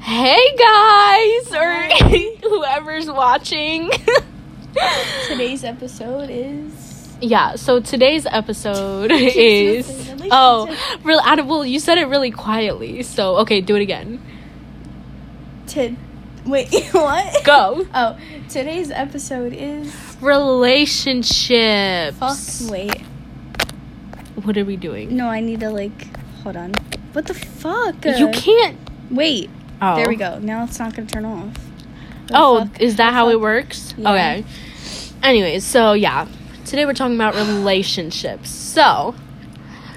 hey guys, or whoever's watching. Today's episode is. yeah, so today's episode Just is. nothing, Oh, relationship. real I don't- well, you said it really quietly, so okay, do it again. To- Wait, what? Go. Oh, today's episode is. Relationships. Fuck. Wait. What are we doing? No, I need to, like. Hold on. What the fuck? You can't. Wait. Oh. There we go. Now it's not gonna turn off. The Oh, fuck? is that The how it fuck? works? Yeah. Okay. Anyways, so yeah, today we're talking about relationships. So,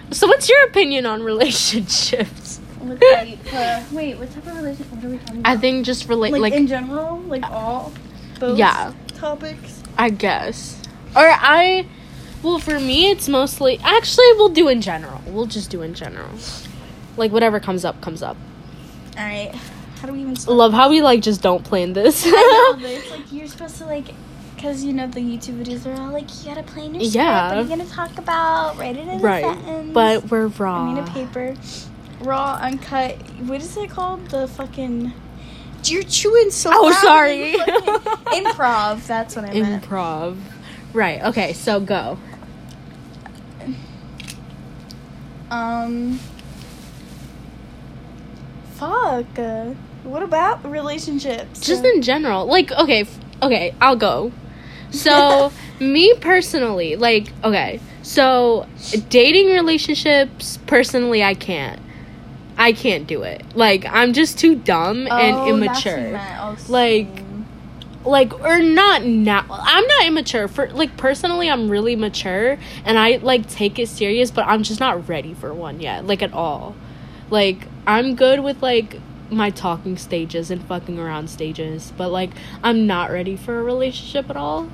so what's your opinion on relationships? Look like, uh, wait, what type of relationship what are we talking about? I think just relate, like, like, in general, like all both Yeah. topics. I guess, or I. Well, for me, it's mostly actually we'll do in general. We'll just do in general, like whatever comes up comes up. All right, how do we even? Start? Love how we like just don't plan this. I know, but it's like you're supposed to like, cause you know the YouTube videos are all like you gotta plan your Yeah. script. What are you gonna talk about? Write it in a right, sentence. but we're raw. I mean a paper, raw, uncut. What is it called? The fucking. You're chewing so. Oh, loud. sorry. Fucking Improv. That's what I meant. Improv. Right. Okay. So go. Um. Fuck. Uh, what about relationships? just in general like okay f- okay i'll go so me personally like okay so dating relationships personally i can't i can't do it like i'm just too dumb Oh, and that's what you immature meant. Oh, Like, same. like or not now i'm not immature for like personally i'm really mature and i like take it serious but i'm just not ready for one yet like at all like i'm good with like my talking stages and fucking around stages but like i'm not ready for a relationship at all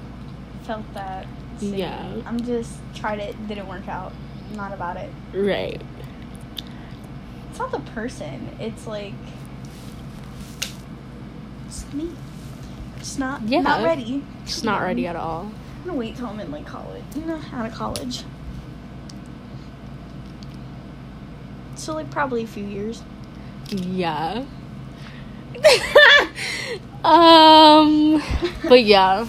felt that. Yeah. I'm just tried it, didn't work out. Not about it. right It's not the person. It's like it's me. Just not Yeah. not ready. just not ready at all I'm gonna wait till I'm in like college. You know, out of college. So like probably a few years. yeah um but yeah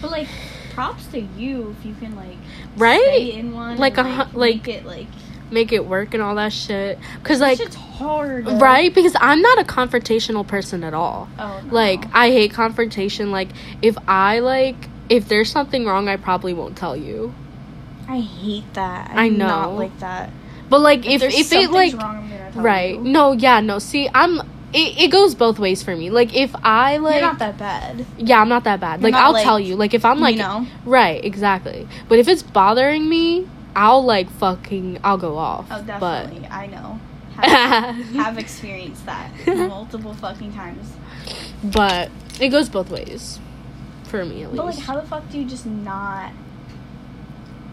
But like props to you if you can like right stay in one Like and, a like, hu- like- make it like make it work and all that shit because like like shit's hard though. right because i'm not a confrontational person at all oh, no. like i hate confrontation like if i like if there's something wrong i probably won't tell you I hate that. I do know. Not like that. but like if there's if, it something's like wrong, I'm gonna tell right you. no yeah no see i'm it, it goes both ways for me like if i like You're not that bad. yeah i'm not that bad You're like not, i'll like, tell you like if i'm like you know. right exactly but if it's bothering me i'll like fucking i'll go off Oh, but definitely. I know. Have, have experienced that multiple fucking times. but it goes both ways for me at least But like, how the fuck do you just not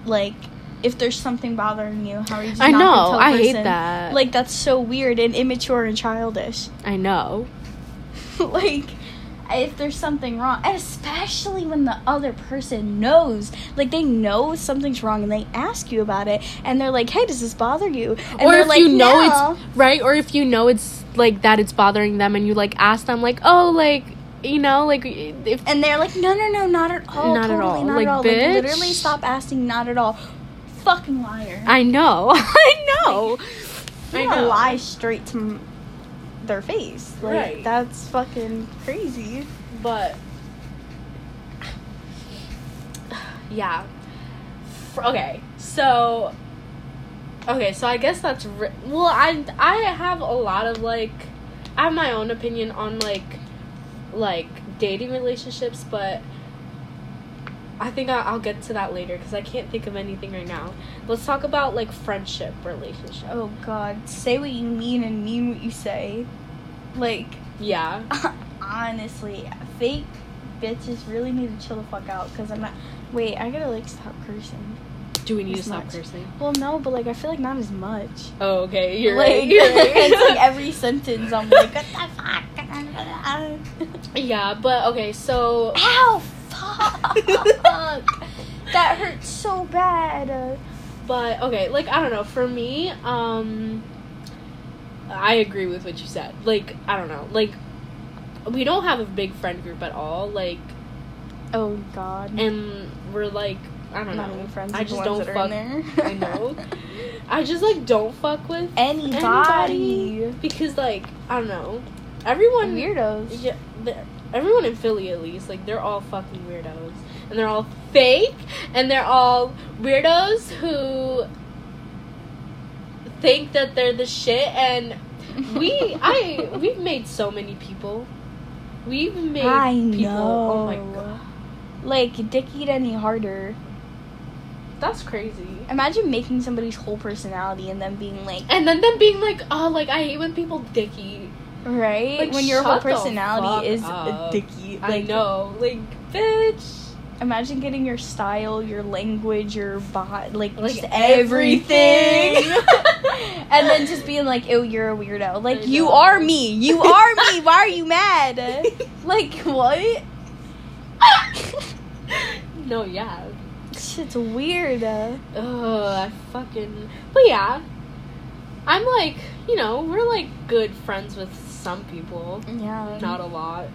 like? If there's something bothering you, how are you just I not gonna know, tell a I hate person? that. Like that's so weird and immature and childish. i know like if there's something wrong and especially when the other person knows like they know something's wrong and they ask you about it and they're like hey does this bother you and or they're if like, you know "No." it's right or if you know it's like that it's bothering them and you like ask them like oh like you know like if and they're like no no no not at all Not at totally all. not Like, at all bitch. like literally stop asking not at all fucking liar i know i know you I gotta know. lie straight to m- their face like Right. that's fucking crazy but yeah F- okay so okay so i guess that's ri- well i i have a lot of like i have my own opinion on like like dating relationships but i think I, i'll get to that later because i can't think of anything right now let's talk about like friendship relationship oh god say what you mean and mean what you say like yeah Honestly, fake bitches really need to chill the fuck out because I'm not. Wait, I gotta like stop cursing. do we need to It's stop not- cursing Well, no, but like I feel like not as much. oh okay you're like, right, you're right. it's like every sentence I'm like, what the fuck? yeah but okay so Ow, fuck! that hurts so bad. Uh, but okay like i don't know for me um I agree with what you said. Like, I don't know. Like, we don't have a big friend group at all. Like, Oh God. and we're like, I don't Not know. even friends I with the just ones don't that fuck. are in there. I know. I just like don't fuck with Anybody. anybody because like I don't know. Everyone Weirdos. Yeah, they're- everyone in Philly at least, like they're all fucking weirdos, and they're all fake, and they're all weirdos who think that they're the shit. And we, I, we've made so many people. We've made I people. Oh my know. god, Like, dick eat any harder. that's crazy. Imagine making somebody's whole personality and then being like, And then them being like, oh, like I hate when people dicky. right? Like, when your whole shut the fuck personality is a up. dick eat. I Like, know, like bitch. Imagine getting your style, your language, your bot, like, Like, just everything. everything. and then just being like, "Oh, you're a weirdo." Like, I you know. are me. You are me. Why are you mad? like, what? no, yeah. Shit's weird. uh. Oh, I fucking. But yeah, I'm like, you know, we're like good friends with some people, Yeah. not a lot.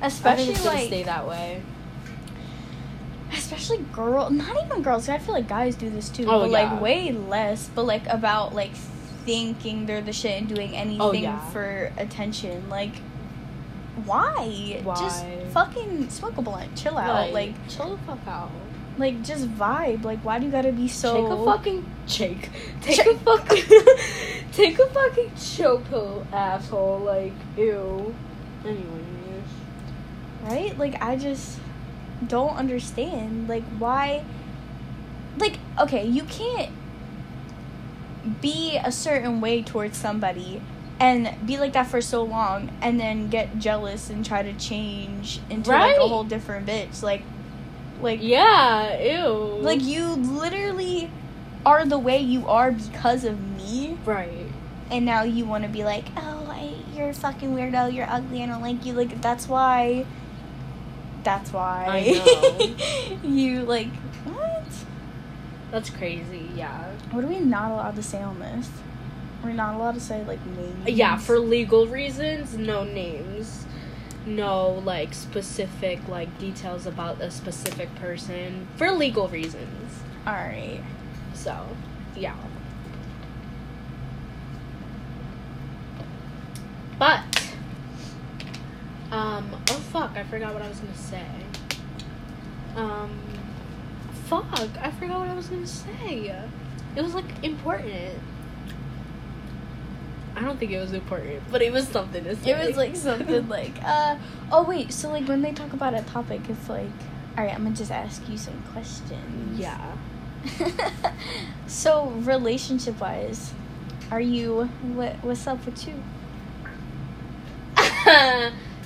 I think especially it's gonna like stay that way. especially girl not even girls 'cause i feel like guys do this too Oh, but yeah. like way less but like about like thinking they're the shit and doing anything Oh, yeah. for attention like why? just Why? fucking smoke a blunt chill out like chill the fuck out. like, just vibe like why do you gotta be so take a fucking shake. Take a Shake. fucking. take a fucking choco, asshole. Like ew. Anyways. right like i just don't understand like why like okay you can't be a certain way towards somebody and be like that for so long and then get jealous and try to change into like Right. a whole different bitch like like Yeah. Ew. like you literally are the way you are because of me Right. and now you want to be like oh I, you're a fucking weirdo you're ugly i don't like you like that's why that's why I you like what That's crazy. Yeah. what are we not allowed to say on this we're not allowed to say like names Yeah, for legal reasons, no names, no like specific like details about a specific person for legal reasons. all right So, yeah. But um oh fuck, I forgot what I was going to say. Um fuck, I forgot what I was going to say. It was like important. I don't think it was important, but it was something to say. it was like something like uh oh wait so like when they talk about a topic it's like all right i'm gonna just ask you some questions yeah. so relationship wise are you what what's up with you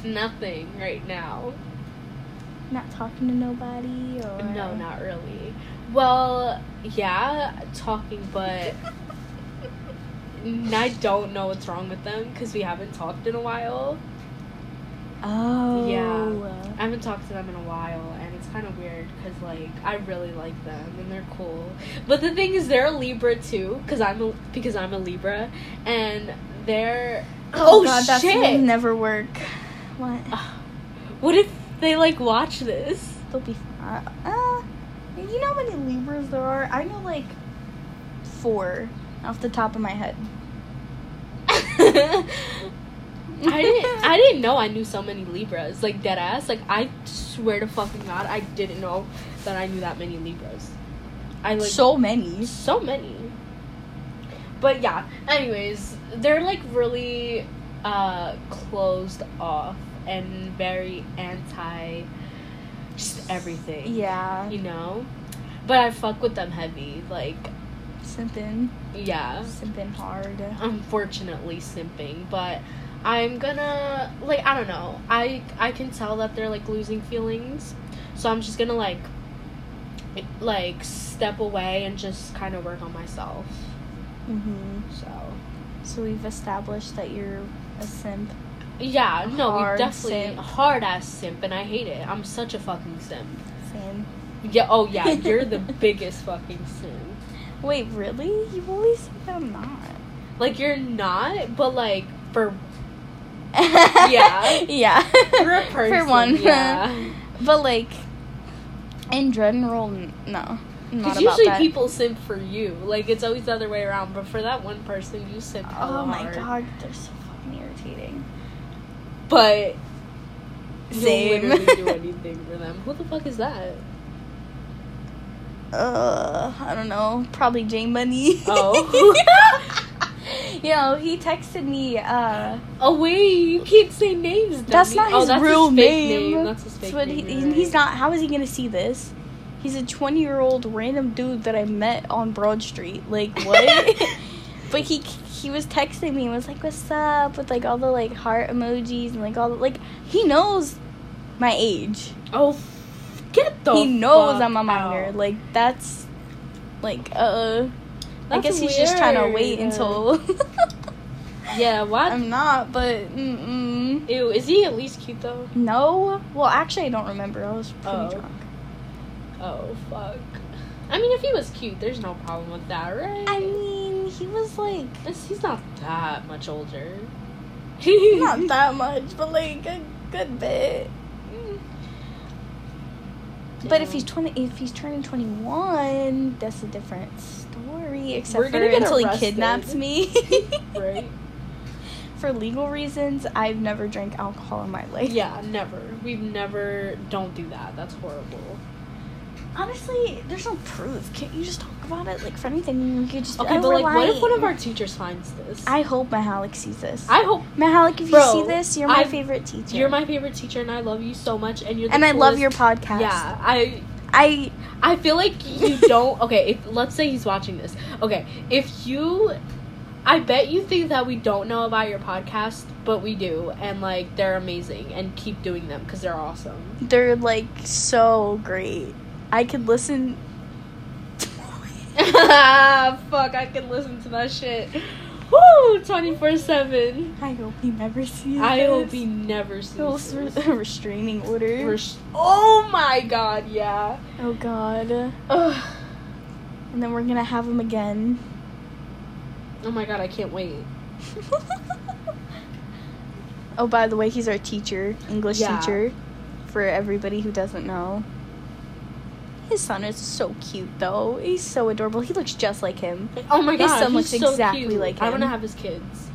Nothing right now. not talking to nobody or No, not really. Well, yeah, talking, but n- I don't know what's wrong with them because we haven't talked in a while. oh Yeah. I haven't talked to them in a while, and it's kind of weird because like I really like them and they're cool. But the thing is, they're a Libra too, because I'm a, because I'm a Libra, and they're oh, Oh, god that shit. will never work what what if they like watch this? they'll be uh, uh, you know how many libras there are i know like four off the top of my head I didn't I didn't know I knew so many Libras. Like dead ass. Like I swear to fucking god, I didn't know that I knew that many Libras. I like so, so many so many. But yeah, anyways, they're like really uh closed off and very anti just everything. yeah You know? But I fuck with them heavy. Like simping yeah Uh-huh. simping hard unfortunately simping, but I'm gonna like I don't know. I I can tell that they're like losing feelings. So I'm just gonna like like step away and just kind of work on myself. mm-hmm. So so we've established that you're a simp yeah, no, Hard we definitely simp. hard ass simp and I hate it. I'm such a fucking simp. same Yeah, oh yeah, you're the biggest fucking simp. wait really you've always said that i'm not Like you're not, but like for yeah. yeah. for a person, For one. yeah. But like, in general, n- no. Not Because about usually that. people simp for you. Like it's always the other way around. But for that one person, you simp. hella Oh my hard. god, they're so fucking irritating. But you Same. literally do anything for them. Who the fuck is that? Uh, I don't know. Probably J Money. Oh. you know, he texted me. Uh, Oh wait, you can't say names. that's dummy. not Oh, his that's real fake name. That's his fake what name. he, you're He's right. not. How is he gonna see this? He's a twenty-year-old random dude that I met on Broad Street. Like what? but he he was texting me and was like, "What's up?" with like all the like heart emojis and like all the like he knows my age. Oh, f- get the. he knows fuck I'm a minor. out. Like that's like uh I That's guess he's just trying to weird. wait until Yeah. What? I'm not, but mm-mm. Ew. Is he at least cute though? no. Well, actually, I don't remember. I was pretty Oh. drunk. Oh fuck. I mean, if he was cute, there's no problem with that, right? I mean, he was like It's- he's not that much older. not that much, but like a good bit. But Mm. if Damn. he's twenty, if he's turning twenty-one, that's a different story. Except We're for gonna get until arrested. he kidnaps me. right. For legal reasons, I've never drank alcohol in my life. Yeah, never. We've never. Don't do that. That's horrible. Honestly, there's no proof. Can't you just talk about it like for anything? You could just be Okay, "Oh, but we're like, what if lying." one of our teachers finds this? I hope Mahalik sees this. I hope Mahalik, if Bro, you see this, you're my I've- favorite teacher. you're my favorite teacher, and I love you so much, and you're the and I love coolest- your podcast. Yeah, I I I feel like you don't. Okay, if, let's say he's watching this. Okay, if you, I bet you think that we don't know about your podcast, but we do, and like they're amazing, and keep doing them because they're awesome. they're like so great. I could listen. Fuck, I can listen to that shit. Woo, twenty four seven. I hope he never sees. I this. hope he never sees. Little this. s- restraining order. Res- oh my god, yeah. oh God. And Ugh. then we're gonna have him again. Oh my god, I can't wait. oh, by the way, he's our teacher, English Yeah. teacher, for everybody who doesn't know. His son is so cute, though. He's so adorable. He looks just like him. Oh my His god, son he's looks so exactly cute. like I want to him. have his kids.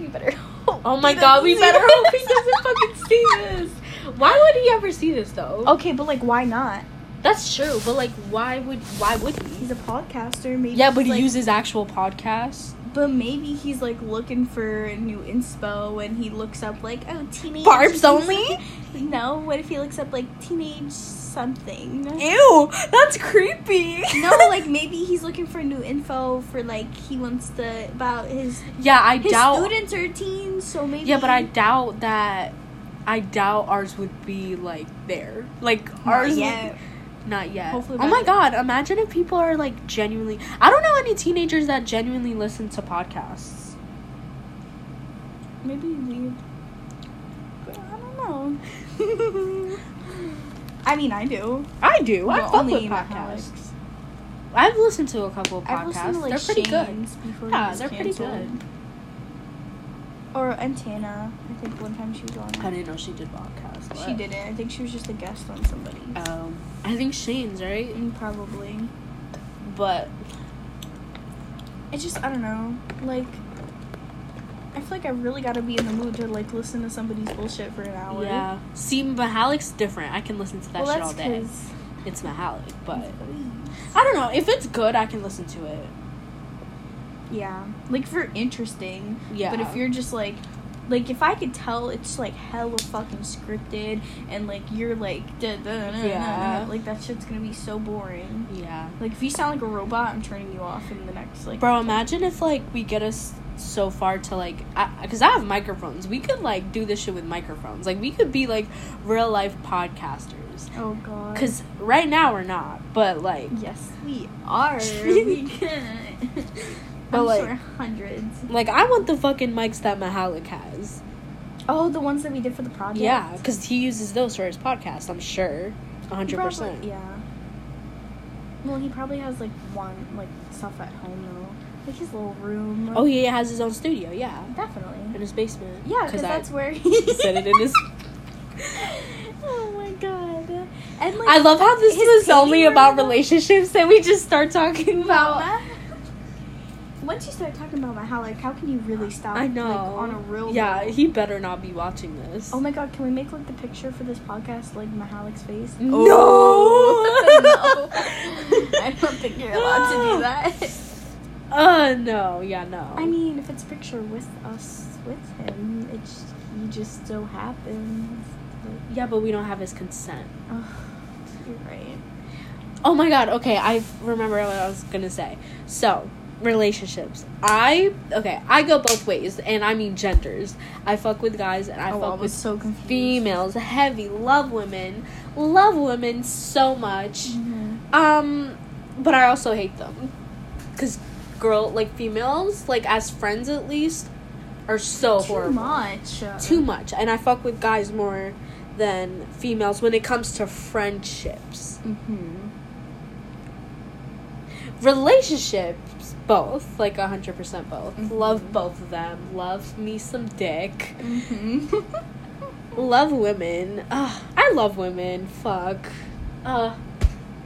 we better hope. Oh my he god, doesn't we see better this. hope he doesn't fucking see this. Why would he ever see this though? Okay, but like, why not? Oh, that's true, but like, why would why would he? He's a podcaster. Maybe Yeah, but he's, he like, uses actual podcasts. But maybe he's like looking for a new inspo and he looks up like, oh, teenage. Barbs only? No, what if he looks up like teenage something? Ew, that's creepy. No, like maybe he's looking for new info for like he wants to about his yeah, I his doubt. students are teens, so maybe Yeah, but I doubt that. I doubt ours would be like there. Like ours, ours would- yet. not yet. Hopefully oh by my the- god, imagine if people are like genuinely. I don't know any teenagers that genuinely listen to podcasts. Maybe we. I don't know. I mean, I do. I do. I Well, fuck only with in our podcasts. house. I've listened to a couple of podcasts. I've listened to like they're pretty good. Shane's before Yeah, he was they're pretty canceled. good. Or Antana. I think one time she was on. I didn't know she did podcasts. She didn't. I think she was just a guest on somebody. Um, I think Shane's right, Mm, Probably. but It's just I don't know. Like I feel like I really gotta be in the mood to like listen to somebody's bullshit for an hour. yeah. See, Mahalik's different. I can listen to that well, shit that's all day. because. It's Mahalik, but I don't know if it's good. I can listen to it. Yeah, like for interesting. Yeah. But if you're just like, like if I could tell it's like hella fucking scripted and like you're like, da, da, da, da, da, Yeah. like that shit's gonna be so boring. yeah, Like if you sound like a robot, I'm turning you off in the next like. bro. Imagine if like we get us so far to like, because I, have microphones. We could like do this shit with microphones. Like we could be like real life podcasters. Oh god. Because right now we're not, but like. yes, we are. we can. But, I'm like- sure hundreds. Like I want the fucking mics that Mahalik has. Oh, the ones that we did for the project. Yeah, because he uses those for his podcast. I'm sure, He hundred probably- percent. Yeah. Well, he probably has like one like stuff at home though. like his little room. Oh, he has his own studio, yeah, in definitely. his basement. Yeah, because I- that's where he said it in his- oh my god! And like, I love how this his was only painting room- about relationships, and we just start talking about. Mama, Once you start talking about Mahala, like, how can you really stop? I know. Like, on a real Yeah, level? he better not be watching this. Oh my god, can we make like the picture for this podcast like Mahalik's face? No! Oh. no. I don't think you're allowed to No. do that. Uh, no, yeah, no. I mean, if it's a picture with us with him, it's you just so happens. yeah, but we don't have his consent. Ugh, you're right. Oh my god, okay, I remember what I was gonna say. So, relationships. I, okay, I go both ways, and I mean genders. I fuck with guys, and I oh, I fuck was with so confused. females heavy, love women, love women so much. Mhm. Um, but I also hate them because girl, like females, like as friends at least, are so Too horrible. much. Too much, and I fuck with guys more than females when it comes to friendships, Mm-hmm. relationships. Both, like hundred percent both. Mhm. Love both of them. Love me some dick. Mm-hmm. Love women. Ugh, I love women. Fuck. Uh,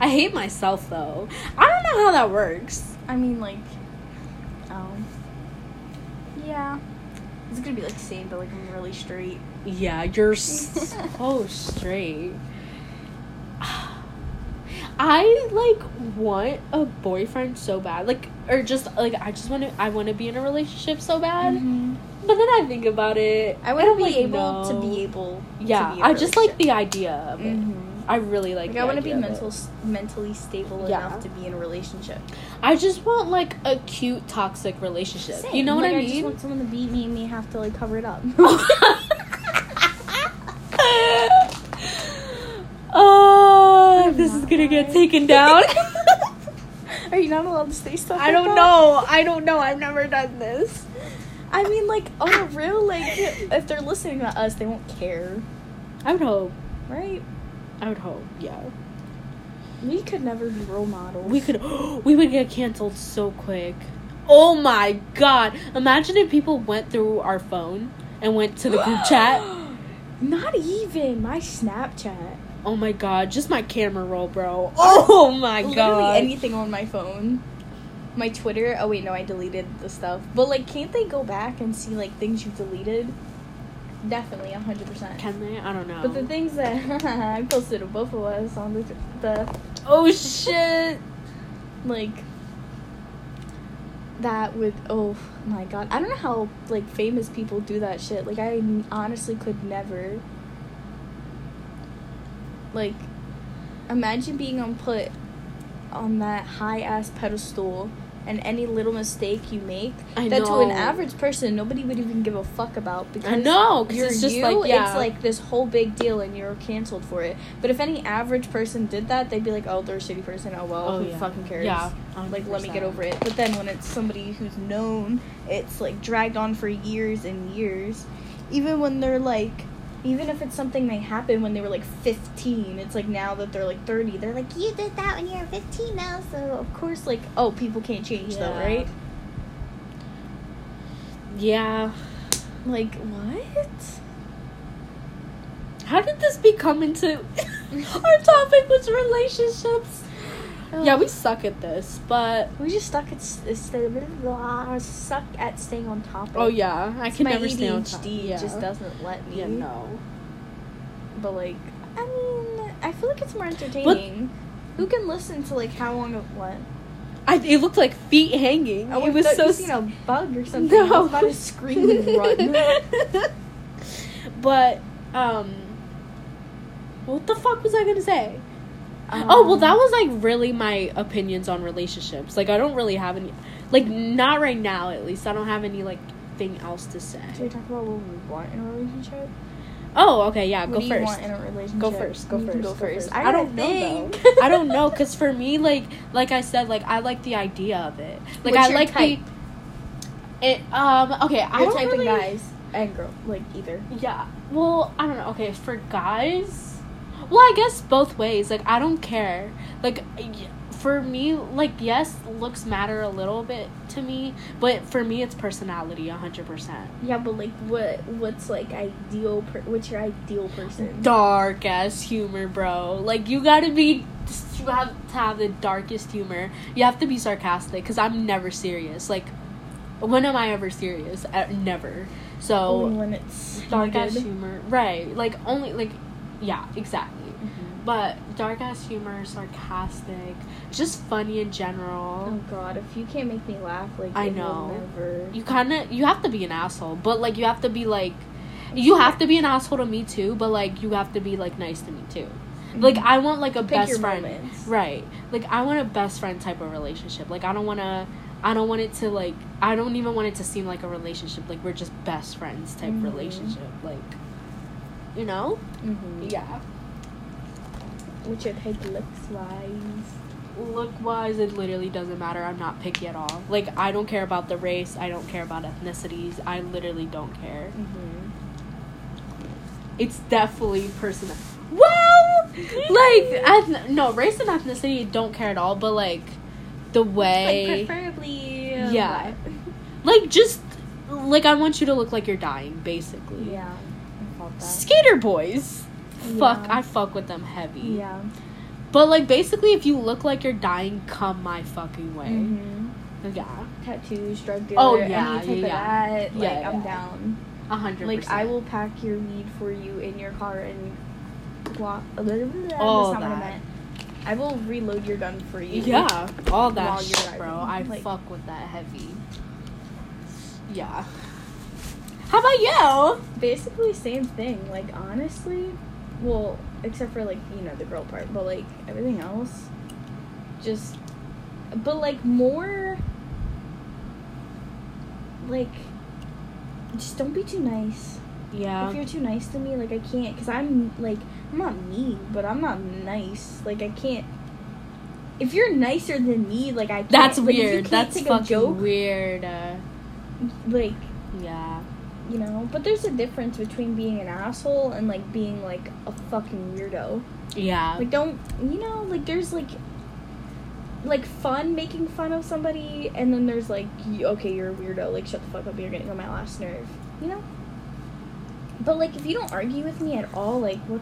I hate myself though. I don't know how that works. I mean, like, oh, yeah. It's gonna be like the same, but like I'm really straight. Yeah, you're so straight. I like want a boyfriend so bad, like or just like I just want to I want to be in a relationship so bad. Mm-hmm. But then I think about it, I and want I'm to be like, able to no. be able. Yeah, to be I just like the idea of it. Mm-hmm. I really Mm. like. Like, the I want to be idea of it. mental, mentally stable Yeah. enough to be in a relationship. I just want like a cute toxic relationship. You Same. know what Like, I I just mean? want someone to beat me and me have to like cover it up. oh, this is gonna get taken down. Are you not allowed to say stuff? I like don't that? know. I don't know. I've never done this. I mean, like on a real, like if they're listening to us, they won't care, I would hope. right? I would hope. Yeah. We could never be role models. We could. We would get canceled so quick. Oh my god! Imagine if people went through our phone and went to the group chat. Not even my Snapchat. Oh my god! Just my camera roll, bro. Oh my Literally god! anything on my phone. My Twitter. Oh wait, no, I deleted the stuff. But like, can't they go back and see like things you've deleted? Definitely, hundred percent. Can they? I don't know. But the things that I posted to both of us on the, the oh shit! like that would oh my god I don't know how like famous people do that shit. Like I honestly could never. Like, imagine being on put on that high ass pedestal. And any little mistake you make, I that to an know. average person, nobody would even give a fuck about because I know, 'cause you're it's just you, like, yeah. it's like this whole big deal, and you're canceled for it. But if any average person did that, they'd be like, "Oh, they're a shitty person. Oh well, who fucking cares? Yeah, Like, let me get over it. But then when it's somebody who's known, it's like dragged on for years and years. Even when they're like, even if it's something they happened when they were like 15, it's like now that they're like 30, they're like, you did that when you were 15 now, so of course, like, oh, people can't change though, Yeah. right? Yeah. Like, what? How did this become into our topic was relationships? Oh. Yeah, we suck at this, but we just stuck at s- s- suck at staying on topic. oh yeah, I It's can my never ADHD stay on top. Yeah. just doesn't let me. Yeah, no. But like, I mean, I feel like it's more entertaining. Who can listen to like how long of what? I, it looked like feet hanging. Oh, I it was thought so you seen a bug or something. No. I was about to scream and run. but um, what the fuck was I gonna say? oh well, Um, that was like really my opinions on relationships. Like I don't really have any, like not right now at least. I don't have any like thing else to say. Um, Should we talk about what we want in a relationship? Oh okay, yeah, what go do first. you want in a relationship? Go first. Go You first. can Go first. I, don't gotta know. think. Though. I don't know because for me, like, like I said, like I like the idea of it. Like What's I your like type? the. It um okay. I You're don't typing really, guys and girl, like either. Yeah. Well, I don't know. Okay, for guys, well, I guess both ways. Like I don't care. Like y- for me, like yes, looks matter a little bit to me, but for me, it's personality, hundred percent. Yeah, but like, what what's like ideal? Per- what's your ideal person? Dark ass humor, bro. Like you gotta be, you have to have the darkest humor. You have to be sarcastic, cause I'm never serious. Like, when am I ever serious? Uh, never. So Only when it's dark ass needed. humor, right? Like only like, yeah, exactly. Mhm. But dark ass humor, sarcastic, just funny in general. Oh God, if you can't make me laugh, like I it will know. never. you kind of you have to be an asshole but like you have to be like you have to be an asshole to me too but like you have to be like nice to me too like i want like a Mm-hmm. Pick best your friend moments. right like i want a best friend type of relationship like i don't want to i don't want it to like i don't even want it to seem like a relationship like we're just best friends type Mhm. relationship like you know Mm-hmm. yeah Which your type looks wise. look wise it literally doesn't matter i'm not picky at all like i don't care about the race i don't care about ethnicities i literally don't care Mm-hmm. it's definitely personal. Well, like eth- no race and ethnicity don't care at all, but like the way, Like preferably. Yeah. like just like I want you to look like you're dying, basically. Yeah. I felt that. Skater boys, fuck, Yeah. I fuck with them heavy. Yeah. But like basically, if you look like you're dying, come my fucking way. Mm-hmm. Yeah, Tattoos, drug dealer, Oh, yeah, any type yeah, of that. Like Yeah, I'm yeah. down. a hundred. Like I percent. will pack your weed for you in your car and walk. All That's not what I that. meant. I will reload your gun for you. Yeah, all that While you're shit, bro. I driving, like- fuck with that heavy. Yeah. How about you? Basically, same thing. Like honestly, well, except for like you know the girl part, but like everything else, just, but like more, like, just don't be too nice. If Yeah. you're too nice to me, like I can't, cause I'm like I'm not mean, but I'm not nice. Like I can't. If you're nicer than me, like I can't. That's like, if you weird. can't That's take a fucking joke, weird. Uh, Like yeah. you know, but there's a difference between being an asshole and like being like a fucking weirdo. Yeah. Like don't you know? Like there's like like fun making fun of somebody, and then there's like you, okay, you're a weirdo. Like shut the fuck up. You're getting on my last nerve. You know. But like if you don't argue with me at all, like what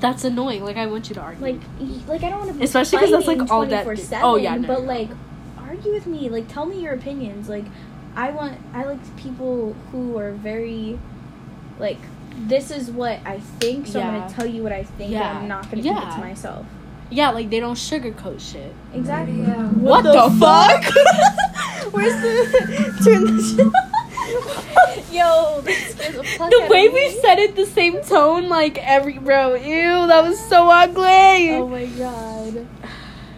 that's annoying. Like I want you to argue. like y- like I don't want to be Especially 'cause that's, like, all that- oh, yeah, no, but no, no. like argue with me, like tell me your opinions. Like I want I like people who are very like this is what I think, so I'm Yeah. gonna tell you what I think. and Yeah. I'm not gonna keep it Yeah. to myself. yeah, like they don't sugarcoat shit. Exactly. What, the, fuck? Where's the turn the Yo, this scares the fuck the out way of we me. said it the same tone, like every bro, ew, that was so ugly. Oh my god.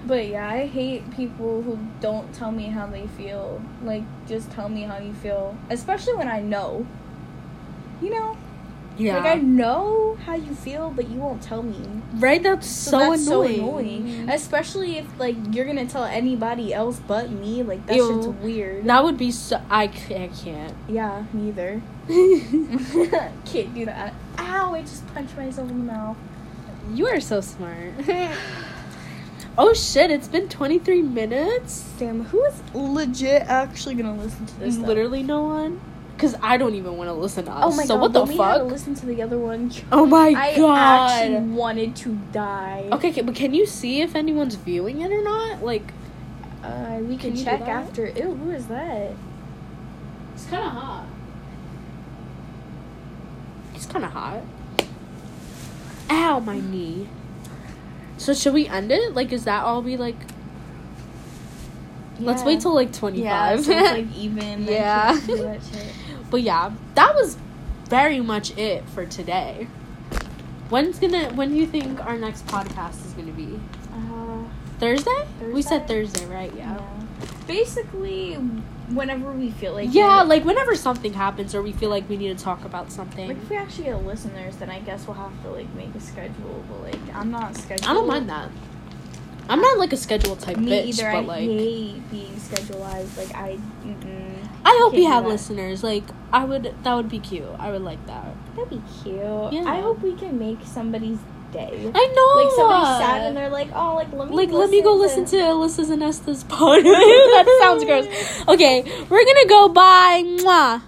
But yeah, I hate people who don't tell me how they feel. Like, just tell me how you feel. Especially when I know. You know? yeah. Like, I know how you feel, but you won't tell me. right? That's So, so, that's annoying. so annoying. Especially if, like, you're gonna tell anybody else but me. Like, that Ew. shit's weird. That would be so. I, c- I can't. yeah, neither. Can't do that. Ow, I just punched myself in the mouth. You are so smart. oh shit, it's been 23 minutes? Damn, who is legit actually gonna listen to this? There's though? literally no one. Because I don't even want to listen to us. Oh my so god! what the when we had to fuck? listen to the other one. Oh my I actually god. wanted to die. Okay, okay, but can you see if anyone's viewing it or not? Like, Uh, we Can can, you do check that? after. Ew, who is that? it's kind of hot. It's kind of hot. Ow, my knee. So should we end it? Like, is that all we like? Let's Yeah. wait till like Yeah, 25. so it's like even. I Yeah. can't do that shit. But yeah, that was very much it for today. When's gonna? When do you think our next podcast is gonna be? Uh, Thursday? We said Thursday? Thursday, right? yeah. Yeah. Basically, whenever we feel like. yeah, it. like whenever something happens or we feel like we need to talk about something. Like if we actually get listeners, then I guess we'll have to like make a schedule. But like, I'm not scheduled. I don't mind that. I'm not like a schedule type Me bitch, either. I but like hate being schedulized. Like I. Mm-mm. I hope can't we do have that. listeners. Like I would, that would be cute. I would like that. That'd be cute. Yeah. I hope we can make somebody's day. I know. Like somebody sad and they're like, oh, like let me like listen let me go to- listen to Alyssa's and Esther's podcast. that sounds gross. Okay, we're gonna go. Bye. Mwah.